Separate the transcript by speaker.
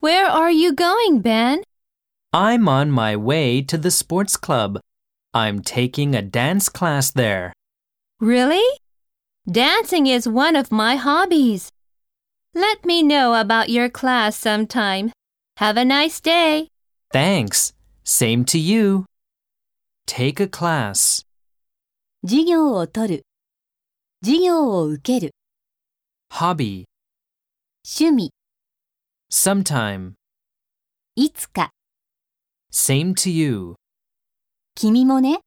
Speaker 1: Where are you going, Ben?
Speaker 2: I'm on my way to the sports club. I'm taking a dance class there.
Speaker 1: Really? Dancing is one of my hobbies. Let me know about your class sometime. Have a nice day.
Speaker 2: Thanks. Same to you. Take a class.
Speaker 3: 授業を取る、授業を受ける、
Speaker 2: Hobby.
Speaker 3: 趣味、
Speaker 2: Sometime.
Speaker 3: いつか、
Speaker 2: Same to you.
Speaker 3: 君もね。